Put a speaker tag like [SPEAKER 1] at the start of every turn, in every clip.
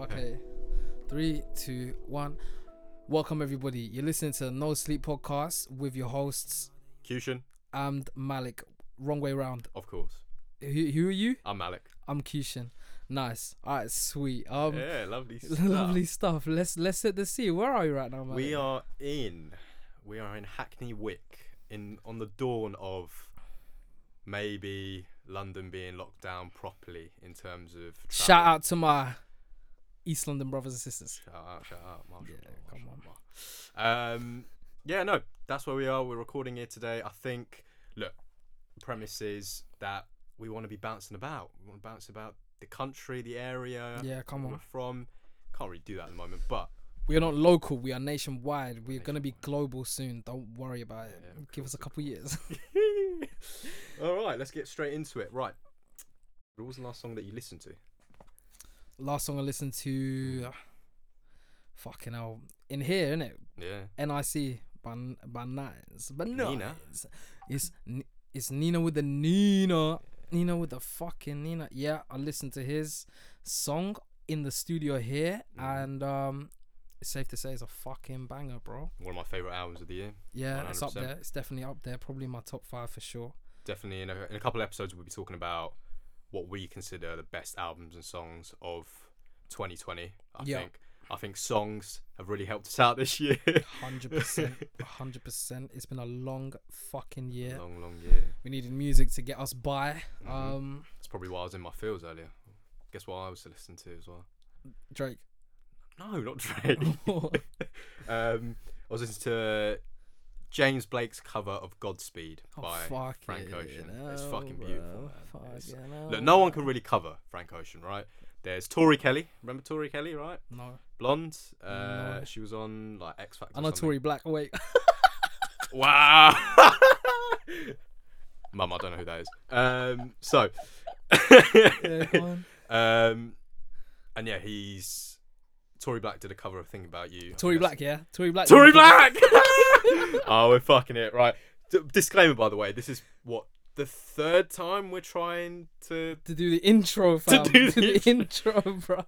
[SPEAKER 1] Okay. Three, two, one. Welcome everybody. You're listening to No Sleep Podcast with your hosts
[SPEAKER 2] Cushion,
[SPEAKER 1] and Malik. Wrong way round.
[SPEAKER 2] of course.
[SPEAKER 1] Who, who are you?
[SPEAKER 2] I'm Malik.
[SPEAKER 1] I'm Keishan. Nice. Alright, sweet. Um
[SPEAKER 2] yeah, lovely stuff.
[SPEAKER 1] lovely stuff. Let's let's set the scene. Where are you right now, Malik?
[SPEAKER 2] We are in, we are in Hackney Wick, in on the dawn of maybe London being locked down properly in terms of. Travel.
[SPEAKER 1] Shout out to my East London brothers and sisters.
[SPEAKER 2] Shout out! Shout out! Marshall,
[SPEAKER 1] Yeah, come
[SPEAKER 2] Marshall, Marshall. Um, yeah, no, that's where we are. We're recording here today. I think. Look, the premise is that we want to be bouncing about. We want to bounce about the country, the area.
[SPEAKER 1] Yeah, come
[SPEAKER 2] where
[SPEAKER 1] on.
[SPEAKER 2] we're from. Can't really do that at the moment, but
[SPEAKER 1] We are not local, we are nationwide. We're gonna be global soon. Don't worry about it.
[SPEAKER 2] Yeah,
[SPEAKER 1] Give us a couple years.
[SPEAKER 2] All right, let's get straight into it. Right. What was the last song that you listened to?
[SPEAKER 1] Last song I listened
[SPEAKER 2] Mm.
[SPEAKER 1] to ah, fucking hell. In here, innit?
[SPEAKER 2] Yeah.
[SPEAKER 1] NIC by by Nines, but no,
[SPEAKER 2] Nina.
[SPEAKER 1] it's Ni- it's Nina with the Nina, Nina with the fucking Nina. Yeah, I listened to his song in the studio here,
[SPEAKER 2] Mm.
[SPEAKER 1] and um, it's safe to say it's a fucking banger, bro.
[SPEAKER 2] One of my favorite albums of the year.
[SPEAKER 1] Yeah, it's up
[SPEAKER 2] 100%.
[SPEAKER 1] there. It's definitely up there. Probably my top five for sure.
[SPEAKER 2] Definitely in a, in a couple episodes we'll be talking about what we consider the best albums and songs of 2020. I
[SPEAKER 1] Yeah.
[SPEAKER 2] think I think songs have really helped us out this year.
[SPEAKER 1] Hundred percent, hundred percent. It's been a long fucking year.
[SPEAKER 2] Long Mm-hmm. long year.
[SPEAKER 1] We needed music to get us by. Um,
[SPEAKER 2] That's probably why I was in my fields earlier. Guess what I was listening to as well?
[SPEAKER 1] Drake. Oh,
[SPEAKER 2] No, not Drake. um, I was listening to James Blake's cover of Godspeed
[SPEAKER 1] Oh,
[SPEAKER 2] by
[SPEAKER 1] fuck
[SPEAKER 2] Frank
[SPEAKER 1] it,
[SPEAKER 2] Ocean. It's
[SPEAKER 1] no,
[SPEAKER 2] fucking
[SPEAKER 1] bro.
[SPEAKER 2] beautiful, man. It's-
[SPEAKER 1] Fucking
[SPEAKER 2] Look,
[SPEAKER 1] hell,
[SPEAKER 2] no one can really cover Frank Ocean, right? There's Tori Kelly. Remember Tori Kelly, right?
[SPEAKER 1] No.
[SPEAKER 2] Blonde. Uh,
[SPEAKER 1] No.
[SPEAKER 2] She was on like X Factor.
[SPEAKER 1] I
[SPEAKER 2] or
[SPEAKER 1] know
[SPEAKER 2] something.
[SPEAKER 1] Tory Black. Oh, wait.
[SPEAKER 2] Wow. Mum, I don't know who that is. Um, so,
[SPEAKER 1] yeah, go on.
[SPEAKER 2] um, and yeah, he's Tory Black did a cover of "Think About You." I
[SPEAKER 1] Tory
[SPEAKER 2] think that's-
[SPEAKER 1] Black, yeah. Tory Black.
[SPEAKER 2] Tory Black. oh, we're fucking it, right? D- disclaimer, by the way, this is what the third time we're trying to
[SPEAKER 1] To do the intro, fam. To do
[SPEAKER 2] do
[SPEAKER 1] the
[SPEAKER 2] the
[SPEAKER 1] intro, bro.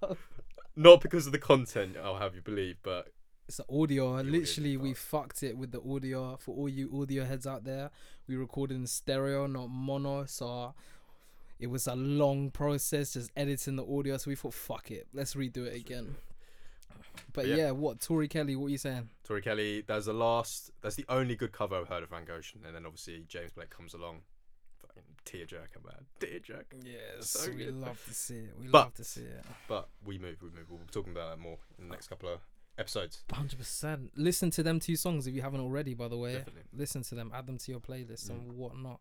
[SPEAKER 2] not because of the content, I'll have you believe, but
[SPEAKER 1] It's the audio. Literally, we fucked it with the audio. For all you audio heads out there, we recorded in stereo, not mono. So it was a long process just editing the audio. So we thought, fuck it, let's redo it again. But yeah,
[SPEAKER 2] Yeah.
[SPEAKER 1] what Tory Kelly? What you saying?
[SPEAKER 2] Tori Kelly, that's the last, that's the only good cover I've heard of Van Goshen, and then obviously James Blake comes along, fucking tearjerker, man, tearjerker.
[SPEAKER 1] Yes,
[SPEAKER 2] So
[SPEAKER 1] we
[SPEAKER 2] good.
[SPEAKER 1] love to see it. We
[SPEAKER 2] But-
[SPEAKER 1] love to see it.
[SPEAKER 2] But we move, we move. We'll be talking about that more in the next couple of episodes.
[SPEAKER 1] Hundred percent. Listen to them two songs if you haven't already. By the way,
[SPEAKER 2] Definitely. Mm.
[SPEAKER 1] listen to them, add them to your playlist and whatnot.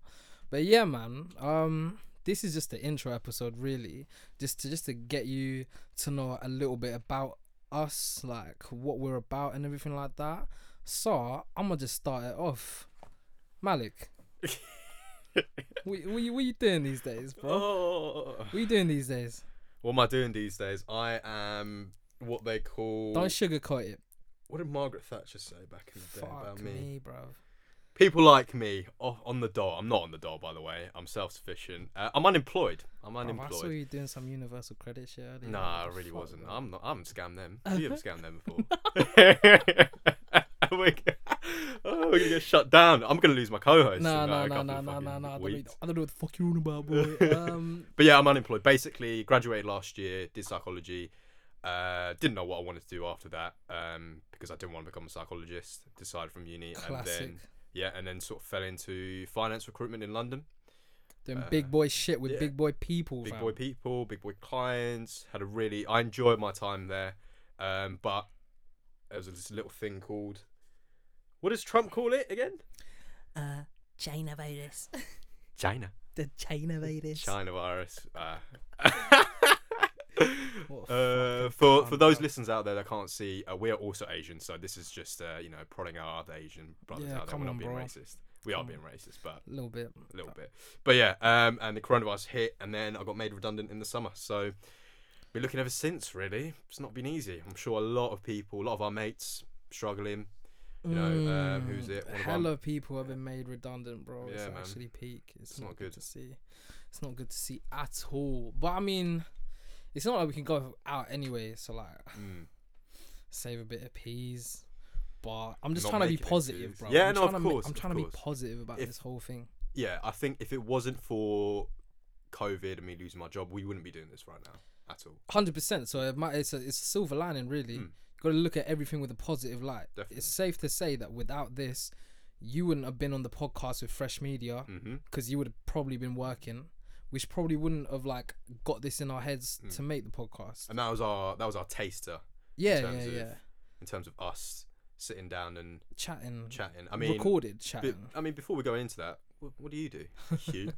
[SPEAKER 1] But yeah, man. Um, this is just the intro episode, really, just to just to get you to know a little bit about us, like what we're about and everything like that. So I'm gonna just start it off, Malik. what, what, you, what you doing these days, bro?
[SPEAKER 2] Oh.
[SPEAKER 1] What you doing these days?
[SPEAKER 2] What am I doing these days? I am what they call.
[SPEAKER 1] Don't sugarcoat it.
[SPEAKER 2] what did Margaret Thatcher say back in the day
[SPEAKER 1] Fuck
[SPEAKER 2] about
[SPEAKER 1] me,
[SPEAKER 2] me?
[SPEAKER 1] bro.
[SPEAKER 2] People like me oh, on the dole. I'm not on the dole, by the way. I'm self sufficient. Uh, I'm unemployed. I'm
[SPEAKER 1] Oh, I saw
[SPEAKER 2] unemployed.
[SPEAKER 1] you doing some universal credit shit earlier.
[SPEAKER 2] Nah, I
[SPEAKER 1] What the
[SPEAKER 2] really
[SPEAKER 1] fuck,
[SPEAKER 2] wasn't.
[SPEAKER 1] bro?
[SPEAKER 2] I'm not. I haven't scammed them. You have scammed them before. we're, g- oh, we're gonna get shut down. I'm gonna lose my co-host.
[SPEAKER 1] No,
[SPEAKER 2] in,
[SPEAKER 1] no,
[SPEAKER 2] uh, a
[SPEAKER 1] no,
[SPEAKER 2] couple
[SPEAKER 1] no,
[SPEAKER 2] of
[SPEAKER 1] no, no,
[SPEAKER 2] fucking
[SPEAKER 1] no. I don't, know,
[SPEAKER 2] weeks.
[SPEAKER 1] I don't know what the fuck you're on about, boy. Um,
[SPEAKER 2] But yeah, I'm unemployed. Basically, graduated last year, did psychology. Uh, didn't know what I wanted to do after that um, because I didn't want to become a psychologist. Decided from uni, and
[SPEAKER 1] classic.
[SPEAKER 2] then yeah, and then sort of fell into finance recruitment in London.
[SPEAKER 1] Doing big boy shit with
[SPEAKER 2] Uh, yeah.
[SPEAKER 1] big boy people.
[SPEAKER 2] big
[SPEAKER 1] fam.
[SPEAKER 2] boy people, big boy clients. Had a really, I enjoyed my time there, um, but there was this little thing called, what does Trump call it again?
[SPEAKER 3] uh, China virus.
[SPEAKER 2] China,
[SPEAKER 3] the China virus.
[SPEAKER 2] China virus. Uh,
[SPEAKER 1] What a
[SPEAKER 2] uh,
[SPEAKER 1] fucking
[SPEAKER 2] for
[SPEAKER 1] cunt,
[SPEAKER 2] for those
[SPEAKER 1] bro.
[SPEAKER 2] listeners out there that can't see, uh, we are also Asian, so this is just uh, you know prodding our other Asian brothers
[SPEAKER 1] Yeah,
[SPEAKER 2] out there.
[SPEAKER 1] come
[SPEAKER 2] We're not
[SPEAKER 1] on,
[SPEAKER 2] being
[SPEAKER 1] bro.
[SPEAKER 2] racist. We are
[SPEAKER 1] Come
[SPEAKER 2] being racist, but
[SPEAKER 1] little bit.
[SPEAKER 2] a little bit. But yeah, um, and the coronavirus hit, and then I got made redundant in the summer. So been looking ever since. Really, it's not been easy. I'm sure a lot of people, a lot of our mates, struggling. You know, um, who's it? One of our-
[SPEAKER 1] Mm. Hell of people have been made redundant, bro. it's
[SPEAKER 2] Yeah, man.
[SPEAKER 1] actually peak. It's,
[SPEAKER 2] It's
[SPEAKER 1] not
[SPEAKER 2] not
[SPEAKER 1] good
[SPEAKER 2] good.
[SPEAKER 1] to see. It's not good to see at all. But I mean, it's not like we can go out anyway. So like,
[SPEAKER 2] Mm.
[SPEAKER 1] save a bit of peas. But I'm just
[SPEAKER 2] Not
[SPEAKER 1] trying to be
[SPEAKER 2] making
[SPEAKER 1] positive,
[SPEAKER 2] excuses.
[SPEAKER 1] bro.
[SPEAKER 2] Yeah,
[SPEAKER 1] I'm
[SPEAKER 2] no, of
[SPEAKER 1] tryna ma-
[SPEAKER 2] course,
[SPEAKER 1] I'm
[SPEAKER 2] of
[SPEAKER 1] trying to be
[SPEAKER 2] course.
[SPEAKER 1] positive about
[SPEAKER 2] If-
[SPEAKER 1] this whole thing.
[SPEAKER 2] Yeah, I think if it wasn't for COVID and me losing my job, we wouldn't be doing this right now at all.
[SPEAKER 1] Hundred percent. So it might, it's a it's a silver lining, really.
[SPEAKER 2] Mm.
[SPEAKER 1] You got to look at everything with a positive light.
[SPEAKER 2] Definitely.
[SPEAKER 1] It's safe to say that without this, you wouldn't have been on the podcast with Fresh Media
[SPEAKER 2] Mm-hmm.
[SPEAKER 1] because you would have probably been working, which probably wouldn't have like got this in our heads
[SPEAKER 2] Mm.
[SPEAKER 1] to make the podcast.
[SPEAKER 2] And that was our that was our taster
[SPEAKER 1] yeah, yeah,
[SPEAKER 2] terms of-
[SPEAKER 1] yeah.
[SPEAKER 2] in terms of us sitting down and
[SPEAKER 1] Chatting,
[SPEAKER 2] chatting. I mean,
[SPEAKER 1] recorded
[SPEAKER 2] But,
[SPEAKER 1] chatting.
[SPEAKER 2] I mean, before we go into that, what, what do you do, Hugh?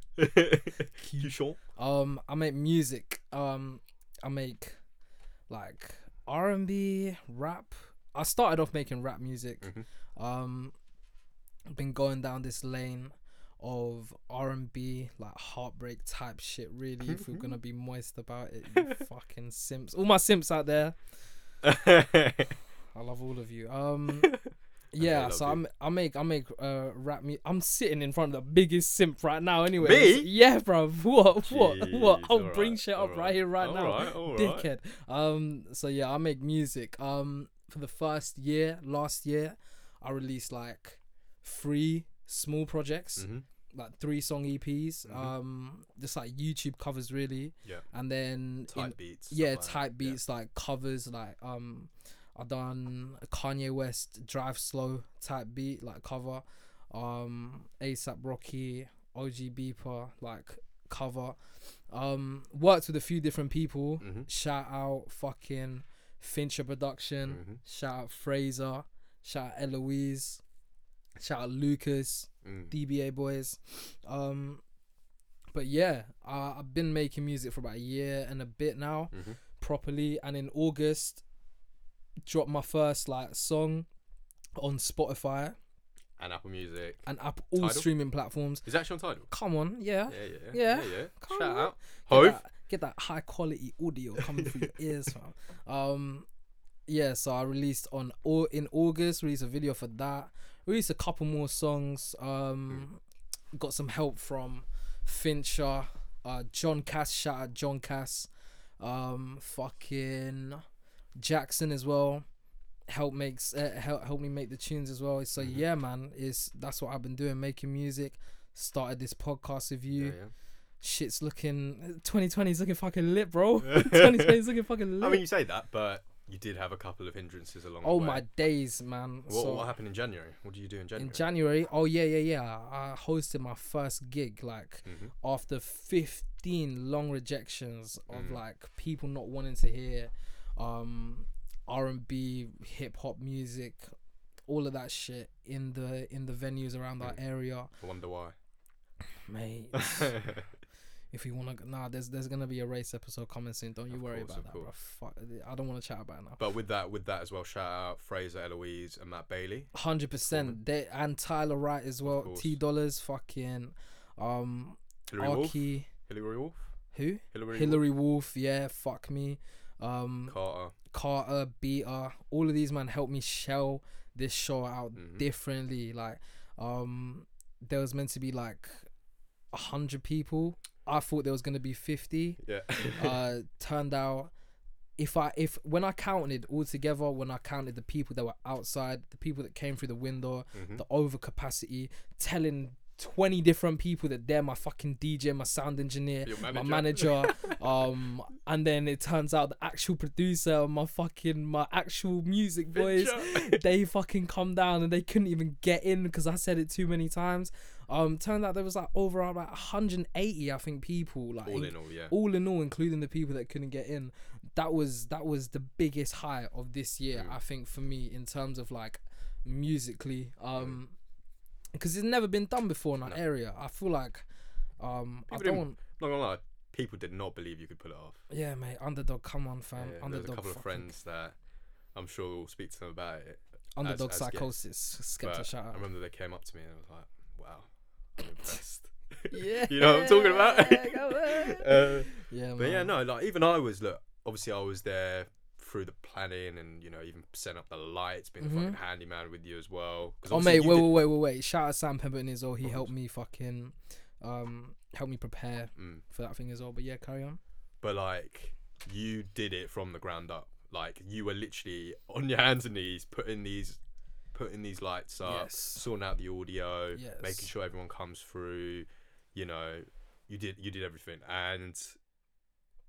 [SPEAKER 2] Hugh Sean?
[SPEAKER 1] Um, I make music. Um, I make like R and B, rap. I started off making rap music.
[SPEAKER 2] Mhm.
[SPEAKER 1] Um, I've been going down this lane of R and B, like heartbreak type shit. Really, if
[SPEAKER 2] Mm-hmm.
[SPEAKER 1] we're gonna be moist about it, you fucking simps. All my simps out there, I love all of you. Um. Yeah,
[SPEAKER 2] love
[SPEAKER 1] so
[SPEAKER 2] you.
[SPEAKER 1] I'm, I make I make uh rap me. I'm sitting in front of the biggest simp right now. Anyway,
[SPEAKER 2] Me?
[SPEAKER 1] yeah, bro. What? What? what?
[SPEAKER 2] Jeez,
[SPEAKER 1] I'll
[SPEAKER 2] all
[SPEAKER 1] bring
[SPEAKER 2] right,
[SPEAKER 1] shit
[SPEAKER 2] all
[SPEAKER 1] up right here, right
[SPEAKER 2] all
[SPEAKER 1] now
[SPEAKER 2] right, all right.
[SPEAKER 1] dickhead. Um, so yeah, I make music. Um, for the first year, last year, I released like three small projects,
[SPEAKER 2] Mhm.
[SPEAKER 1] like three song EPs.
[SPEAKER 2] Mhm.
[SPEAKER 1] Um, just like YouTube covers really,
[SPEAKER 2] Yeah,
[SPEAKER 1] and then in-
[SPEAKER 2] type beats. stuff
[SPEAKER 1] yeah,
[SPEAKER 2] like that.
[SPEAKER 1] type beats like covers like um, I done a Kanye West Drive Slow type beat like cover, um, ASAP Rocky, OG Beeper like cover, um, worked with a few different people.
[SPEAKER 2] Yeah. Mhm.
[SPEAKER 1] Shout out fucking Fincher Production.
[SPEAKER 2] Mhm.
[SPEAKER 1] Shout out Fraser. Shout out Eloise. Shout out Lucas.
[SPEAKER 2] Mm.
[SPEAKER 1] DBA boys. Um, but yeah, uh, I've been making music for about a year and a bit now,
[SPEAKER 2] Mhm.
[SPEAKER 1] properly. And in August, dropped my first like song on Spotify
[SPEAKER 2] And Apple Music.
[SPEAKER 1] and up all
[SPEAKER 2] Tidal?
[SPEAKER 1] streaming platforms.
[SPEAKER 2] Is that actually on title?
[SPEAKER 1] Come on, yeah.
[SPEAKER 2] Yeah, yeah, yeah.
[SPEAKER 1] Yeah,
[SPEAKER 2] yeah.
[SPEAKER 1] come
[SPEAKER 2] Shout
[SPEAKER 1] on.
[SPEAKER 2] out.
[SPEAKER 1] Get
[SPEAKER 2] Hove.
[SPEAKER 1] that, get that high quality audio coming through your ears, fam. Um, yeah. So I released on or in August. Released a video for that. Released a couple more songs. Um, got some help from Fincher, uh, John Cass. Shout out John Cass. Um, fucking Jackson as well. Help makes uh, help help me make the tunes as well. So
[SPEAKER 2] Mhm.
[SPEAKER 1] yeah, man, it's that's what I've been doing, making music. Started this podcast with you
[SPEAKER 2] Yeah,
[SPEAKER 1] shit's looking 2020 is looking fucking lit bro
[SPEAKER 2] yeah.
[SPEAKER 1] 2020 is looking fucking lit
[SPEAKER 2] I mean, you say that, but you did have a couple of hindrances along
[SPEAKER 1] oh
[SPEAKER 2] the way.
[SPEAKER 1] my days man
[SPEAKER 2] What,
[SPEAKER 1] so
[SPEAKER 2] what happened in January? What do you do in January?
[SPEAKER 1] in january oh yeah yeah yeah i hosted my first gig like
[SPEAKER 2] Mhm.
[SPEAKER 1] after 15 long rejections of
[SPEAKER 2] Mm.
[SPEAKER 1] like people not wanting to hear um r&b hip-hop music all of that shit in the in the venues around our
[SPEAKER 2] Mm.
[SPEAKER 1] area
[SPEAKER 2] I wonder why.
[SPEAKER 1] mate if you want to nah there's there's gonna be a race episode coming soon don't you
[SPEAKER 2] Of
[SPEAKER 1] worry
[SPEAKER 2] course, of
[SPEAKER 1] about that bro
[SPEAKER 2] course.
[SPEAKER 1] Fuck, i don't want to chat about it now
[SPEAKER 2] but with that, with that as well, shout out Fraser, Eloise, and Matt Bailey.
[SPEAKER 1] Hundred percent. They and Tyler Wright as well.
[SPEAKER 2] course.
[SPEAKER 1] T dollars, fucking, um,
[SPEAKER 2] Hillary Wolf.
[SPEAKER 1] Arky,
[SPEAKER 2] Hillary Wolf.
[SPEAKER 1] who?
[SPEAKER 2] Hillary, Wolf.
[SPEAKER 1] Hillary Wolf. Yeah, fuck me. Um,
[SPEAKER 2] Carter.
[SPEAKER 1] Carter, Beta, all of these man helped me shell this show out
[SPEAKER 2] Mhm.
[SPEAKER 1] differently. Like, um, there was meant to be like a hundred people. I thought there was gonna be fifty.
[SPEAKER 2] Yeah.
[SPEAKER 1] uh, turned out if I if when I counted all together, when I counted the people that were outside, the people that came through the window,
[SPEAKER 2] Mhm.
[SPEAKER 1] the overcapacity, telling twenty different people that they're my fucking DJ, my sound engineer,
[SPEAKER 2] Your
[SPEAKER 1] my manager, um, and then it turns out the actual producer, my fucking my actual music boys,
[SPEAKER 2] Bitch.
[SPEAKER 1] they fucking come down and they couldn't even get in because I said it too many times. Um, turned out there was like over like 180, I think, people like
[SPEAKER 2] all
[SPEAKER 1] in-
[SPEAKER 2] in all, yeah.
[SPEAKER 1] all in all, including the people that couldn't get in, that was that was the biggest high of this year,
[SPEAKER 2] Mm.
[SPEAKER 1] I think, for me in terms of like musically, um, because it's never been done before in our
[SPEAKER 2] No.
[SPEAKER 1] area. I feel like, um,
[SPEAKER 2] People
[SPEAKER 1] I don't.
[SPEAKER 2] didn't- Not gonna lie, people did not believe you could pull it off.
[SPEAKER 1] Yeah, mate, underdog, come on, fam,
[SPEAKER 2] Yeah, there was
[SPEAKER 1] underdog.
[SPEAKER 2] a couple of
[SPEAKER 1] Um, fucking-
[SPEAKER 2] friends that I'm sure we'll speak to them about it.
[SPEAKER 1] underdog
[SPEAKER 2] as guests,
[SPEAKER 1] psychosis,
[SPEAKER 2] But
[SPEAKER 1] skepta shout
[SPEAKER 2] I
[SPEAKER 1] out.
[SPEAKER 2] remember they came up to me and I was like, "Wow, I'm impressed."
[SPEAKER 1] Yeah,
[SPEAKER 2] you know what I'm
[SPEAKER 1] come
[SPEAKER 2] talking about?
[SPEAKER 1] on.
[SPEAKER 2] uh,
[SPEAKER 1] yeah, man.
[SPEAKER 2] but yeah, no, like even I was look. Obviously, I was there through the planning and you know even setting up the lights, being the
[SPEAKER 1] Mhm.
[SPEAKER 2] fucking handyman with you as well. 'Cause
[SPEAKER 1] Oh
[SPEAKER 2] obviously
[SPEAKER 1] mate,
[SPEAKER 2] you
[SPEAKER 1] wait,
[SPEAKER 2] did- Oh,
[SPEAKER 1] wait, wait, wait, wait! Shout out Sam Pemberton as well. He
[SPEAKER 2] Of
[SPEAKER 1] helped
[SPEAKER 2] course.
[SPEAKER 1] me fucking, um, help me prepare
[SPEAKER 2] Mm.
[SPEAKER 1] for that thing as well. But yeah, carry on.
[SPEAKER 2] But like, you did it from the ground up. Like you were literally on your hands and knees putting these putting these lights up,
[SPEAKER 1] Yes.
[SPEAKER 2] sorting out the audio,
[SPEAKER 1] Yes.
[SPEAKER 2] making sure everyone comes through, you know, you did you did everything. And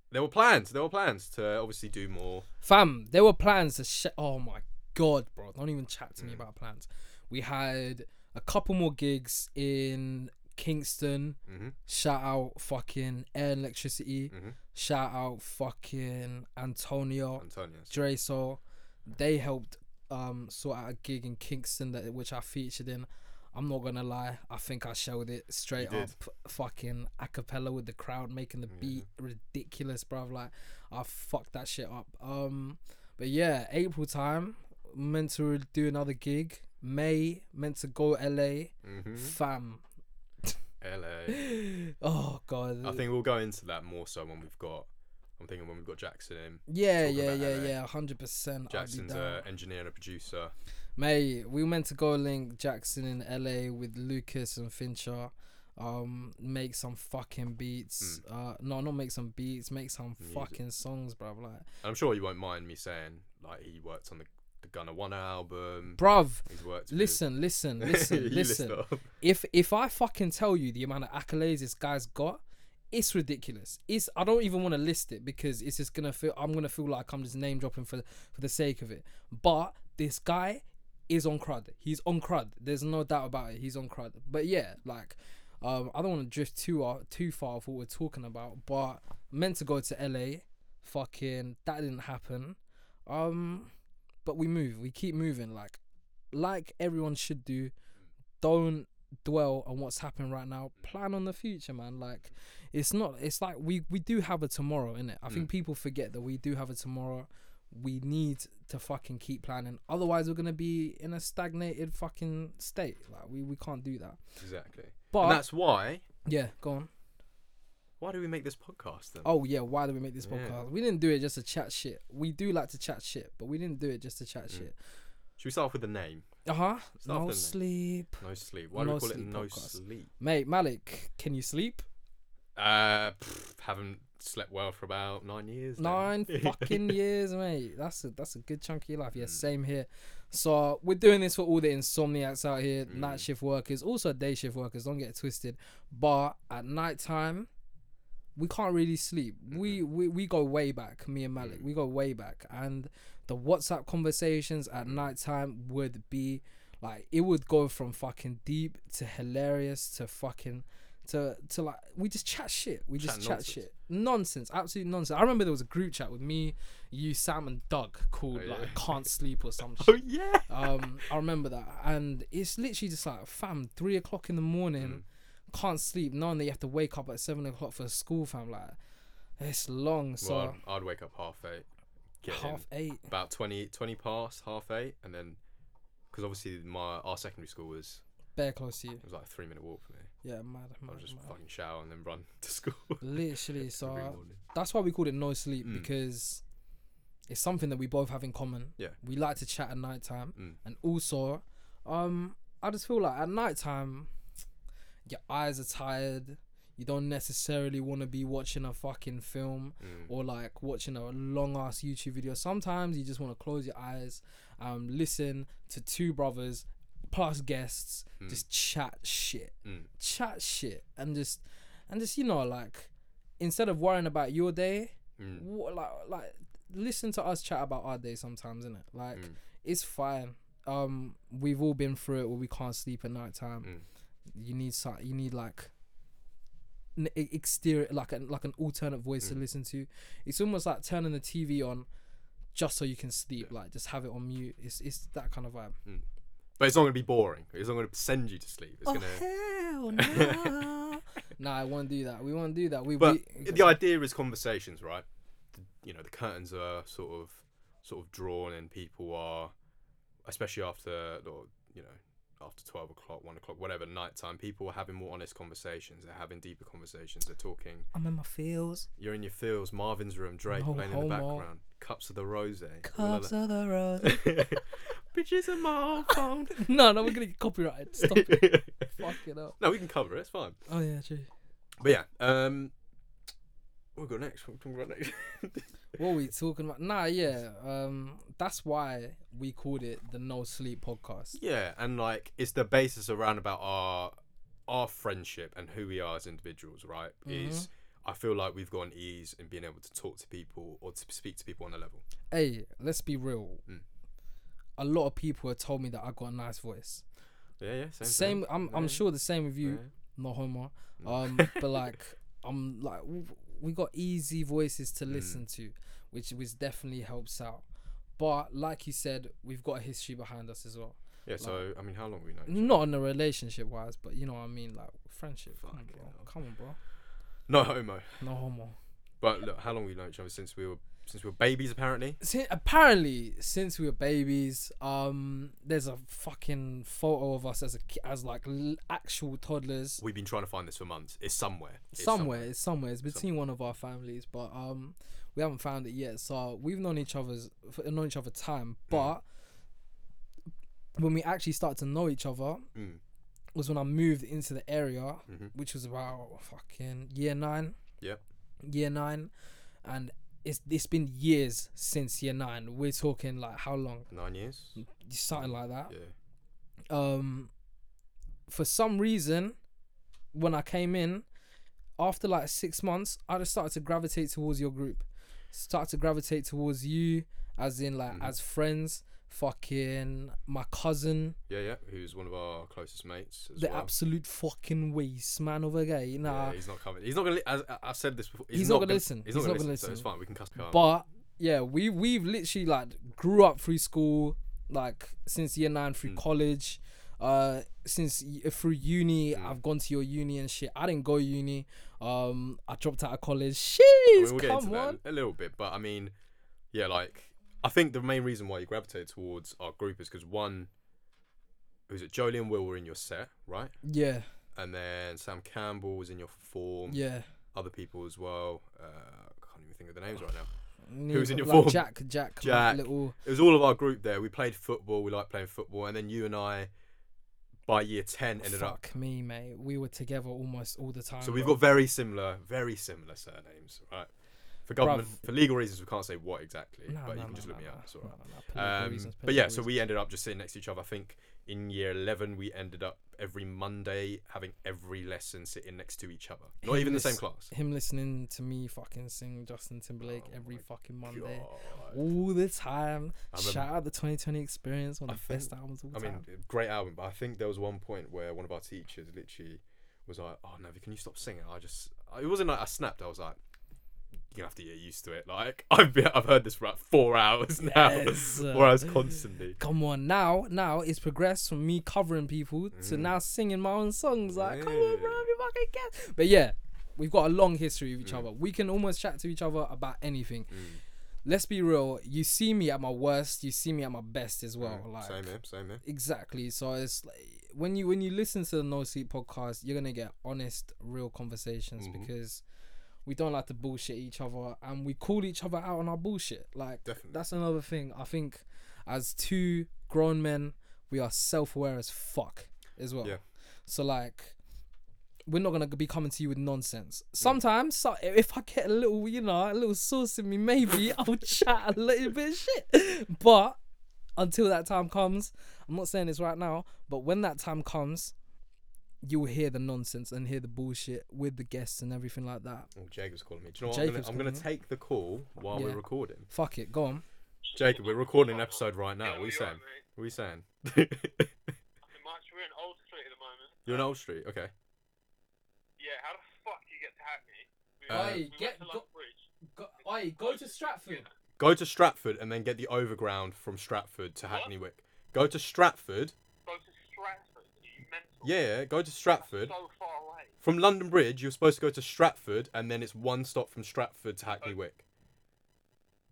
[SPEAKER 2] there were plans. There were plans to obviously do more.
[SPEAKER 1] Fam, there were plans to sh- Oh my god, bro! Don't even chat to me about plans. We had a couple more gigs in Kingston.
[SPEAKER 2] Mhm.
[SPEAKER 1] Shout out fucking Air and Electricity.
[SPEAKER 2] Mhm.
[SPEAKER 1] Shout out fucking Antonio
[SPEAKER 2] Antonio's.
[SPEAKER 1] Dre Soul. They helped um sort out a gig in Kingston that which I featured in. I'm not gonna lie, I think I showed it straight
[SPEAKER 2] You
[SPEAKER 1] up
[SPEAKER 2] did.
[SPEAKER 1] fucking a cappella with the crowd making the beat ridiculous, bruv. Like I fucked that shit up. Um but yeah, April time, meant to do another gig. May meant to go LA.
[SPEAKER 2] hmm
[SPEAKER 1] Fam.
[SPEAKER 2] LA.
[SPEAKER 1] Oh god.
[SPEAKER 2] I think we'll go into that more so when we've got. I'm thinking when we've got Jackson in.
[SPEAKER 1] yeah,
[SPEAKER 2] talk
[SPEAKER 1] yeah,
[SPEAKER 2] about
[SPEAKER 1] yeah,
[SPEAKER 2] LA.
[SPEAKER 1] yeah, hundred percent.
[SPEAKER 2] Jackson's uh, an engineer and a producer.
[SPEAKER 1] Mate, we meant to go link Jackson in LA with Lucas and Fincher. Um, make some fucking beats. Uh, no, not make some beats. Make some
[SPEAKER 2] Hmm. Music.
[SPEAKER 1] fucking songs, bruv. Like,
[SPEAKER 2] And I'm sure you won't mind me saying like he worked on the, the Gunner One album.
[SPEAKER 1] bruv.
[SPEAKER 2] He's worked. with-
[SPEAKER 1] Listen, listen, listen,
[SPEAKER 2] You list
[SPEAKER 1] listen.
[SPEAKER 2] off.
[SPEAKER 1] If if I fucking tell you the amount of accolades this guy's got, it's ridiculous. It's I don't even want to list it because it's just gonna feel I'm gonna feel like I'm just name dropping for for the sake of it. But this guy is on crud. He's on crud. There's no doubt about it. He's on crud. But yeah, like um, I don't want to drift too uh, too far off what we're talking about. But meant to go to LA, fucking that didn't happen. Um, but we move. We keep moving. Like like everyone should do. Don't dwell on what's happening right now. Plan on the future, man. Like it's not it's like we we do have a tomorrow, innit? I
[SPEAKER 2] Mm.
[SPEAKER 1] think people forget that we do have a tomorrow. We need to fucking keep planning. Otherwise we're gonna be in a stagnated fucking state. Like we, we can't do that.
[SPEAKER 2] Exactly.
[SPEAKER 1] But
[SPEAKER 2] and that's why.
[SPEAKER 1] yeah, go on.
[SPEAKER 2] Why do we make this podcast then?
[SPEAKER 1] Oh yeah, why do we make this
[SPEAKER 2] Yeah.
[SPEAKER 1] podcast? We didn't do it just to chat shit. We do like to chat shit, but we didn't do it just to chat
[SPEAKER 2] Mm.
[SPEAKER 1] shit.
[SPEAKER 2] Should we start off with the name?
[SPEAKER 1] Uh huh.
[SPEAKER 2] Start off
[SPEAKER 1] No
[SPEAKER 2] with the name.
[SPEAKER 1] sleep.
[SPEAKER 2] No sleep. Why do
[SPEAKER 1] No
[SPEAKER 2] we call it
[SPEAKER 1] Sleep
[SPEAKER 2] no
[SPEAKER 1] podcast.
[SPEAKER 2] sleep?
[SPEAKER 1] Mate, Malik, can you sleep?
[SPEAKER 2] Uh, pff, haven't slept well for about nine years. now.
[SPEAKER 1] Nine fucking years, mate. That's a that's a good chunk of your life.
[SPEAKER 2] Mm.
[SPEAKER 1] Yeah, same here. So we're doing this for all the insomniacs out here,
[SPEAKER 2] Mm.
[SPEAKER 1] night shift workers, also day shift workers. Don't get it twisted. But at night time, we can't really sleep. We, we we go way back, me and
[SPEAKER 2] Mm.
[SPEAKER 1] Malik. We go way back, and the WhatsApp conversations at night time would be like it would go from fucking deep to hilarious to fucking to to like we just chat shit. We just
[SPEAKER 2] Chat
[SPEAKER 1] chat
[SPEAKER 2] nonsense.
[SPEAKER 1] shit. Nonsense, absolute nonsense. I remember there was a group chat with me, you, Sam, and Doug called
[SPEAKER 2] Oh, yeah.
[SPEAKER 1] like "Can't Sleep" or some shit
[SPEAKER 2] Oh yeah.
[SPEAKER 1] um, I remember that, and it's literally just like, fam, three o'clock in the morning,
[SPEAKER 2] Mm.
[SPEAKER 1] can't sleep, knowing that you have to wake up at seven o'clock for school, fam. Like, it's long, so
[SPEAKER 2] well, I'd, I'd wake up half eight. Get in.
[SPEAKER 1] half eight.
[SPEAKER 2] about 20, 20 past half eight, and then because obviously my our secondary school was
[SPEAKER 1] Bear close to you.
[SPEAKER 2] it was like a three minute walk for me.
[SPEAKER 1] Yeah, mad,
[SPEAKER 2] I
[SPEAKER 1] mad,
[SPEAKER 2] would just
[SPEAKER 1] mad.
[SPEAKER 2] fucking shower and then run to school.
[SPEAKER 1] Literally,
[SPEAKER 2] every
[SPEAKER 1] so
[SPEAKER 2] morning.
[SPEAKER 1] that's why we called it no sleep
[SPEAKER 2] Mm.
[SPEAKER 1] because it's something that we both have in common.
[SPEAKER 2] Yeah.
[SPEAKER 1] we like to chat at night time,
[SPEAKER 2] Mm.
[SPEAKER 1] and also, um, I just feel like at night time, your eyes are tired. You don't necessarily want to be watching a fucking film
[SPEAKER 2] Mm.
[SPEAKER 1] or like watching a long ass YouTube video. Sometimes you just want to close your eyes, um, listen to two brothers plus guests
[SPEAKER 2] Mm.
[SPEAKER 1] just chat shit,
[SPEAKER 2] Mm.
[SPEAKER 1] chat shit, and just and just you know like instead of worrying about your day,
[SPEAKER 2] Mm.
[SPEAKER 1] wha- like like listen to us chat about our day sometimes, innit? Like
[SPEAKER 2] Mm.
[SPEAKER 1] it's fine. Um, we've all been through it where we can't sleep at night time.
[SPEAKER 2] Mm.
[SPEAKER 1] You need so you need like an e- exterior like an like an alternate voice
[SPEAKER 2] Mm.
[SPEAKER 1] to listen to. It's almost like turning the TV on just so you can sleep. Like just have it on mute. It's it's that kind of vibe.
[SPEAKER 2] But it's not gonna be boring. It's not gonna send you to sleep. It's
[SPEAKER 3] Oh,
[SPEAKER 2] gonna.
[SPEAKER 3] hell no.
[SPEAKER 1] Nah, I won't do that. We won't do that. We
[SPEAKER 2] But
[SPEAKER 1] we,
[SPEAKER 2] the idea is conversations, right? The, you know, the curtains are sort of sort of drawn, and people are, especially after or, you know after twelve o'clock, one o'clock, whatever nighttime, people are having more honest conversations. They're having deeper conversations. They're talking.
[SPEAKER 3] I'm in my feels.
[SPEAKER 2] You're in your feels. Marvin's room. Drake
[SPEAKER 1] No
[SPEAKER 2] playing in the
[SPEAKER 1] homo.
[SPEAKER 2] background. Cups of the rose. la,
[SPEAKER 3] Cups of the rose.
[SPEAKER 2] la. Bitches are my phone.
[SPEAKER 1] no, no, we're gonna get copyrighted. Stop it. Fuck it up.
[SPEAKER 2] no, we can cover it. It's fine.
[SPEAKER 1] Oh yeah, true.
[SPEAKER 2] But yeah, um, what we got next? What we talking about next?
[SPEAKER 1] What are we talking about? Nah, yeah. Um, that's why we called it the No Sleep Podcast.
[SPEAKER 2] yeah, and like it's the basis around about our our friendship and who we are as individuals, right? Is I feel like we've got an ease in being able to talk to people or to speak to people on a level.
[SPEAKER 1] Hey, let's be real.
[SPEAKER 2] Mm.
[SPEAKER 1] A lot of people have told me that I got a nice voice.
[SPEAKER 2] Yeah, yeah.
[SPEAKER 1] Same, I'm, I'm
[SPEAKER 2] Yeah.
[SPEAKER 1] sure the same with you.
[SPEAKER 2] Yeah. Mm.
[SPEAKER 1] No homo. Um, but like, I'm like, w- we got easy voices
[SPEAKER 2] Mm.
[SPEAKER 1] to listen to, which which definitely helps out. But like you said, we've got a history behind us as well.
[SPEAKER 2] Yeah. So I mean, how long we know? each
[SPEAKER 1] Not in a relationship wise, but you know what I mean, like friendship. Come on,
[SPEAKER 2] Fucking
[SPEAKER 1] bro.
[SPEAKER 2] hell.
[SPEAKER 1] Come on, bro.
[SPEAKER 2] other? No homo.
[SPEAKER 1] No homo.
[SPEAKER 2] But look, how long we know each other since we were since we were babies apparently.
[SPEAKER 1] Sin apparently, since we were babies, um, there's a fucking photo of us as a ki- as like l- actual toddlers.
[SPEAKER 2] We've been trying to find this for months. It's somewhere. It's
[SPEAKER 1] somewhere, it's somewhere. It's between one of our families, but um, we haven't found it yet. So we've known each other's f- known each other time,
[SPEAKER 2] Mm.
[SPEAKER 1] but when we actually started to know each other
[SPEAKER 2] Mm.
[SPEAKER 1] was when I moved into the area,
[SPEAKER 2] Mhm.
[SPEAKER 1] which was about fucking year nine.
[SPEAKER 2] Yep.
[SPEAKER 1] Year nine, and it's it's been years since year nine. We're talking like how long?
[SPEAKER 2] Nine years.
[SPEAKER 1] Mm-hmm. Something like that
[SPEAKER 2] Yeah.
[SPEAKER 1] um for some reason when I came in after like six months I just started to gravitate towards your group start to gravitate towards you as in like
[SPEAKER 2] Mm.
[SPEAKER 1] as friends fucking my cousin
[SPEAKER 2] Yeah, yeah. Who's one of our closest mates as
[SPEAKER 1] the
[SPEAKER 2] well.
[SPEAKER 1] absolute fucking waste man of a guy nah
[SPEAKER 2] Yeah, he's not coming. He's not gonna. Li- as, I- I've said this before.
[SPEAKER 1] He's not gonna listen.
[SPEAKER 2] He's, not gonna, listen, So it's
[SPEAKER 1] listen.
[SPEAKER 2] fine. We can cuss. Calm.
[SPEAKER 1] but yeah we we've literally like grew up through school like since year nine
[SPEAKER 2] Hmm.
[SPEAKER 1] through college uh since y- through uni
[SPEAKER 2] Hmm.
[SPEAKER 1] i've gone to your uni and shit i didn't go uni um i dropped out of college Jeez,
[SPEAKER 2] I mean, we'll get into
[SPEAKER 1] come
[SPEAKER 2] that
[SPEAKER 1] on
[SPEAKER 2] in a little bit. But I mean, yeah, like I think the main reason why you gravitated towards our group is because one, who's it? Jolie and Will were in your set, right?
[SPEAKER 1] yeah
[SPEAKER 2] And then Sam Campbell was in your form.
[SPEAKER 1] yeah
[SPEAKER 2] Other people as well. Uh, I can't even think of the names right now.
[SPEAKER 1] Neither-
[SPEAKER 2] was in your
[SPEAKER 1] like
[SPEAKER 2] form?
[SPEAKER 1] jack jack,
[SPEAKER 2] Jack.
[SPEAKER 1] jack. little
[SPEAKER 2] It was all of our group there. We played football. We liked playing football. And then you and I, by year ten, ended up.
[SPEAKER 1] fuck me mate we were together almost all the time
[SPEAKER 2] So we've
[SPEAKER 1] bro.
[SPEAKER 2] got very similar, very similar surnames, right? For government, for legal reasons, we can't say what exactly,
[SPEAKER 1] Nah,
[SPEAKER 2] but
[SPEAKER 1] nah,
[SPEAKER 2] you can just
[SPEAKER 1] nah,
[SPEAKER 2] look
[SPEAKER 1] nah,
[SPEAKER 2] me up.
[SPEAKER 1] nah,
[SPEAKER 2] It's all right.
[SPEAKER 1] nah, nah, political
[SPEAKER 2] Um,
[SPEAKER 1] reasons,
[SPEAKER 2] but yeah,
[SPEAKER 1] political
[SPEAKER 2] so we ended up just sitting next to each other. I think in year 11, we ended up every Monday having every lesson sitting next to each other. Not even the same
[SPEAKER 1] Yes.
[SPEAKER 2] class.
[SPEAKER 1] him listening to me fucking sing Justin Timberlake
[SPEAKER 2] Oh
[SPEAKER 1] every
[SPEAKER 2] my
[SPEAKER 1] fucking Monday
[SPEAKER 2] God.
[SPEAKER 1] all the time.
[SPEAKER 2] I remember-
[SPEAKER 1] Shout out the 2020 Experience, one of the
[SPEAKER 2] I
[SPEAKER 1] best albums of all
[SPEAKER 2] I
[SPEAKER 1] time.
[SPEAKER 2] mean, great album, but I think there was one point where one of our teachers literally was like, "Oh, Navi, can you stop singing?" I just, it wasn't like I snapped. I was like, "You're gonna have to get used to it." Like I've been, I've heard this for like four hours now,
[SPEAKER 1] Yes. uh,
[SPEAKER 2] four hours constantly.
[SPEAKER 1] come on, now, now it's progressed from me covering people to now singing my own songs. Like, come on, bro,
[SPEAKER 2] Mm. Yeah. Mm.
[SPEAKER 1] you fucking get. But yeah, we've got a long history with each other. We can almost chat to each other about anything. Let's be real. You see me at my worst. You see me at my best as well. Like,
[SPEAKER 2] Mm. same here, same here.
[SPEAKER 1] exactly so it's like when you when you listen to the no sleep podcast you're gonna get honest real conversations
[SPEAKER 2] Mm-hmm.
[SPEAKER 1] because we don't like to bullshit each other and we call each other out on our bullshit like
[SPEAKER 2] Definitely.
[SPEAKER 1] that's another thing i think as two grown men we are self-aware as fuck as well
[SPEAKER 2] Yeah.
[SPEAKER 1] so like we're not gonna be coming to you with nonsense. Sometimes, so if I get a little, you know, a little sauce in me, maybe I'll chat a little bit of shit. But until that time comes, I'm not saying this right now, but when that time comes, you'll hear the nonsense and hear the bullshit with the guests and everything like that.
[SPEAKER 2] Oh, Jacob's calling me. Do you know what? I'm gonna,
[SPEAKER 1] Jacob's
[SPEAKER 2] I'm gonna
[SPEAKER 1] calling you.
[SPEAKER 2] take the call while
[SPEAKER 1] Yeah.
[SPEAKER 2] we're recording.
[SPEAKER 1] Fuck it, go on.
[SPEAKER 2] Jacob, we're recording an episode right now.
[SPEAKER 4] Yeah,
[SPEAKER 2] What are you
[SPEAKER 4] you
[SPEAKER 2] saying?
[SPEAKER 4] alright,
[SPEAKER 2] What are you saying?
[SPEAKER 4] Hey, Mike, we're in Old Street at the moment.
[SPEAKER 2] You're in Old Street, okay?
[SPEAKER 4] Yeah, how the fuck do you get to Hackney? We,
[SPEAKER 2] Uh,
[SPEAKER 4] we
[SPEAKER 1] Oi, get-
[SPEAKER 4] went to
[SPEAKER 1] go-
[SPEAKER 4] Lethbridge.
[SPEAKER 1] Go, oi, go to Stratford.
[SPEAKER 2] Go to Stratford and then get the overground from Stratford to Hackney Wick. Go to Stratford.
[SPEAKER 4] Go to Stratford. Are you mental?
[SPEAKER 2] Yeah, go to Stratford.
[SPEAKER 4] So far away.
[SPEAKER 2] From London Bridge, you're supposed to go to Stratford, and then it's one stop from Stratford to Hackney Wick.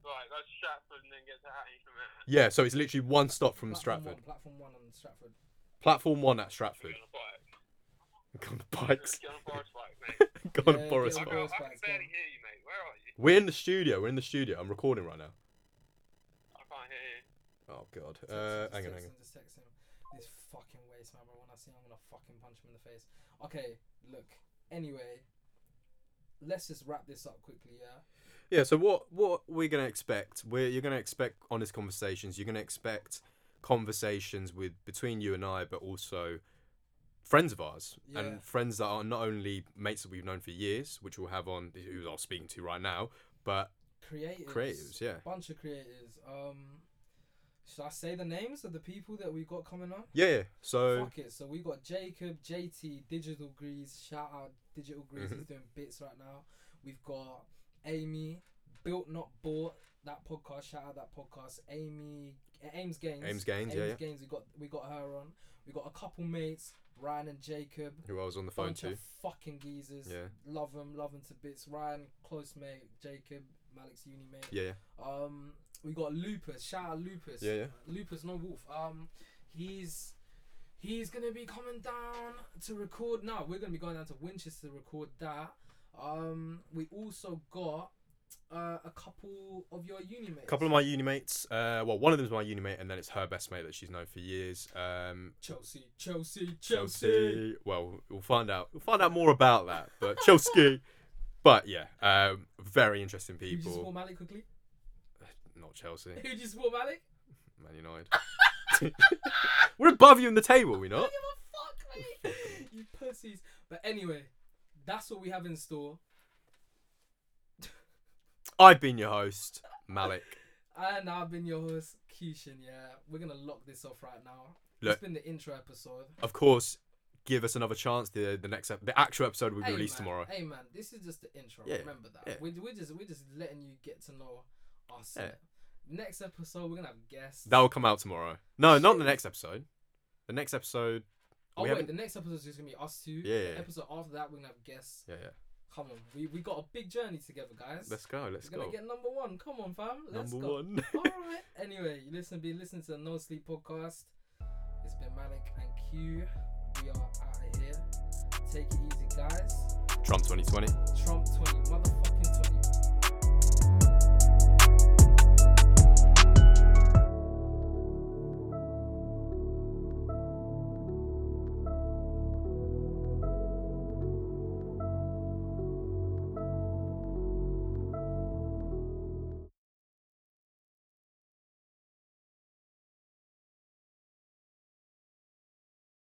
[SPEAKER 4] Right, go to Stratford and then get to Hackney from there.
[SPEAKER 2] Yeah, so it's literally one stop from Mm, Stratford.
[SPEAKER 1] platform one on Stratford.
[SPEAKER 2] Platform one at Stratford.
[SPEAKER 4] Get on a bike.
[SPEAKER 2] Go on bikes.
[SPEAKER 4] Just get on a forest bike, mate.
[SPEAKER 2] Go on
[SPEAKER 1] Yeah,
[SPEAKER 2] Boris.
[SPEAKER 1] get
[SPEAKER 4] I,
[SPEAKER 1] on
[SPEAKER 2] Bike.
[SPEAKER 4] can-
[SPEAKER 1] Forest
[SPEAKER 4] I
[SPEAKER 1] bike's
[SPEAKER 4] can barely
[SPEAKER 1] gone.
[SPEAKER 4] hear you, mate. Where are you?
[SPEAKER 2] We're in the studio. We're in the studio. I'm recording right now.
[SPEAKER 4] I can't hear you.
[SPEAKER 2] Oh God. Uh, hang on, hang on.
[SPEAKER 1] Just text him. This fucking waste man, bro. When I see him, I'm gonna fucking punch him in the face. Okay, look. Anyway, let's just wrap this up quickly. Yeah.
[SPEAKER 2] Yeah. So what what we're gonna expect? We're you're gonna expect honest conversations. You're gonna expect conversations with between you and I, but also friends of ours
[SPEAKER 1] Yeah.
[SPEAKER 2] and friends that are not only mates that we've known for years, which we'll have on who I'm speaking to right now, but
[SPEAKER 1] Creatives.
[SPEAKER 2] creatives. Yeah.
[SPEAKER 1] Bunch of creatives. Um, should I say the names of the people that we got coming up?
[SPEAKER 2] Yeah. yeah. So
[SPEAKER 1] Fuck it. So we got Jacob, JT, Digital Grease. Shout out Digital Grease. He's
[SPEAKER 2] Mm-hmm.
[SPEAKER 1] doing bits right now. We've got Amy, Built Not Bought. That podcast. Shout out that podcast. Amy, Ames Gaines.
[SPEAKER 2] Ames Gaines, yeah,
[SPEAKER 1] Ames
[SPEAKER 2] yeah.
[SPEAKER 1] Gaines. We got we got her on. We got a couple mates, Ryan and Jacob.
[SPEAKER 2] who I was on the phone
[SPEAKER 1] Bunch
[SPEAKER 2] to.
[SPEAKER 1] of fucking geezers.
[SPEAKER 2] Yeah.
[SPEAKER 1] Love them, love them to bits. Ryan, close mate. Jacob, Malik's uni mate.
[SPEAKER 2] Yeah. Yeah.
[SPEAKER 1] Um, we got Lupus. Shout out Lupus.
[SPEAKER 2] Yeah, yeah.
[SPEAKER 1] Lupus, no Wolf. Um, he's he's gonna be coming down to record. Now we're gonna be going down to Winchester to record that. Um, we also got uh, a couple of your uni mates.
[SPEAKER 2] A couple of my uni mates. Uh, well, one of them's my uni mate, and then it's her best mate that she's known for years. Um,
[SPEAKER 1] Chelsea, Chelsea, Chelsea.
[SPEAKER 2] Chelsea. Well, we'll find out. We'll find out more about that. But Chelsea. but yeah, um, very interesting
[SPEAKER 1] Who just swore
[SPEAKER 2] people.
[SPEAKER 1] Malik quickly?
[SPEAKER 2] Not Chelsea.
[SPEAKER 1] Who just swore Malik?
[SPEAKER 2] Man United. We're above you in the table. We
[SPEAKER 1] I
[SPEAKER 2] not.
[SPEAKER 1] don't give a fuck, mate. you pussies. But anyway, that's what we have in store.
[SPEAKER 2] I've been your host, Malik.
[SPEAKER 1] And I've been your host, Keishan. Yeah, we're gonna lock this off right now.
[SPEAKER 2] Look.
[SPEAKER 1] It's been the intro episode.
[SPEAKER 2] Of course, give us another chance. The the next ep- the actual episode will be
[SPEAKER 1] Hey,
[SPEAKER 2] released
[SPEAKER 1] man,
[SPEAKER 2] tomorrow.
[SPEAKER 1] Hey man, this is just the intro.
[SPEAKER 2] Yeah,
[SPEAKER 1] Remember that.
[SPEAKER 2] yeah.
[SPEAKER 1] We're, we're just we're just letting you get to know us.
[SPEAKER 2] Yeah.
[SPEAKER 1] innit? Next episode, we're gonna have guests.
[SPEAKER 2] That will come out tomorrow. No, not the next episode. The next episode.
[SPEAKER 1] oh
[SPEAKER 2] we
[SPEAKER 1] wait,
[SPEAKER 2] haven't-
[SPEAKER 1] the next episode is just gonna be us two.
[SPEAKER 2] Yeah, yeah,
[SPEAKER 1] The
[SPEAKER 2] yeah.
[SPEAKER 1] episode after that, we're gonna have guests.
[SPEAKER 2] Yeah, yeah.
[SPEAKER 1] Come on, we we got a big journey together, guys.
[SPEAKER 2] Let's go. Let's
[SPEAKER 1] we're gonna
[SPEAKER 2] go.
[SPEAKER 1] get number one. Come on, fam. Let's
[SPEAKER 2] Number
[SPEAKER 1] go.
[SPEAKER 2] one.
[SPEAKER 1] All right. Anyway, you listen, be listening to the No Sleep podcast. It's been Malik and Q. We are out of here. Take it easy, guys.
[SPEAKER 2] Trump 2020.
[SPEAKER 1] Trump 20 motherfucking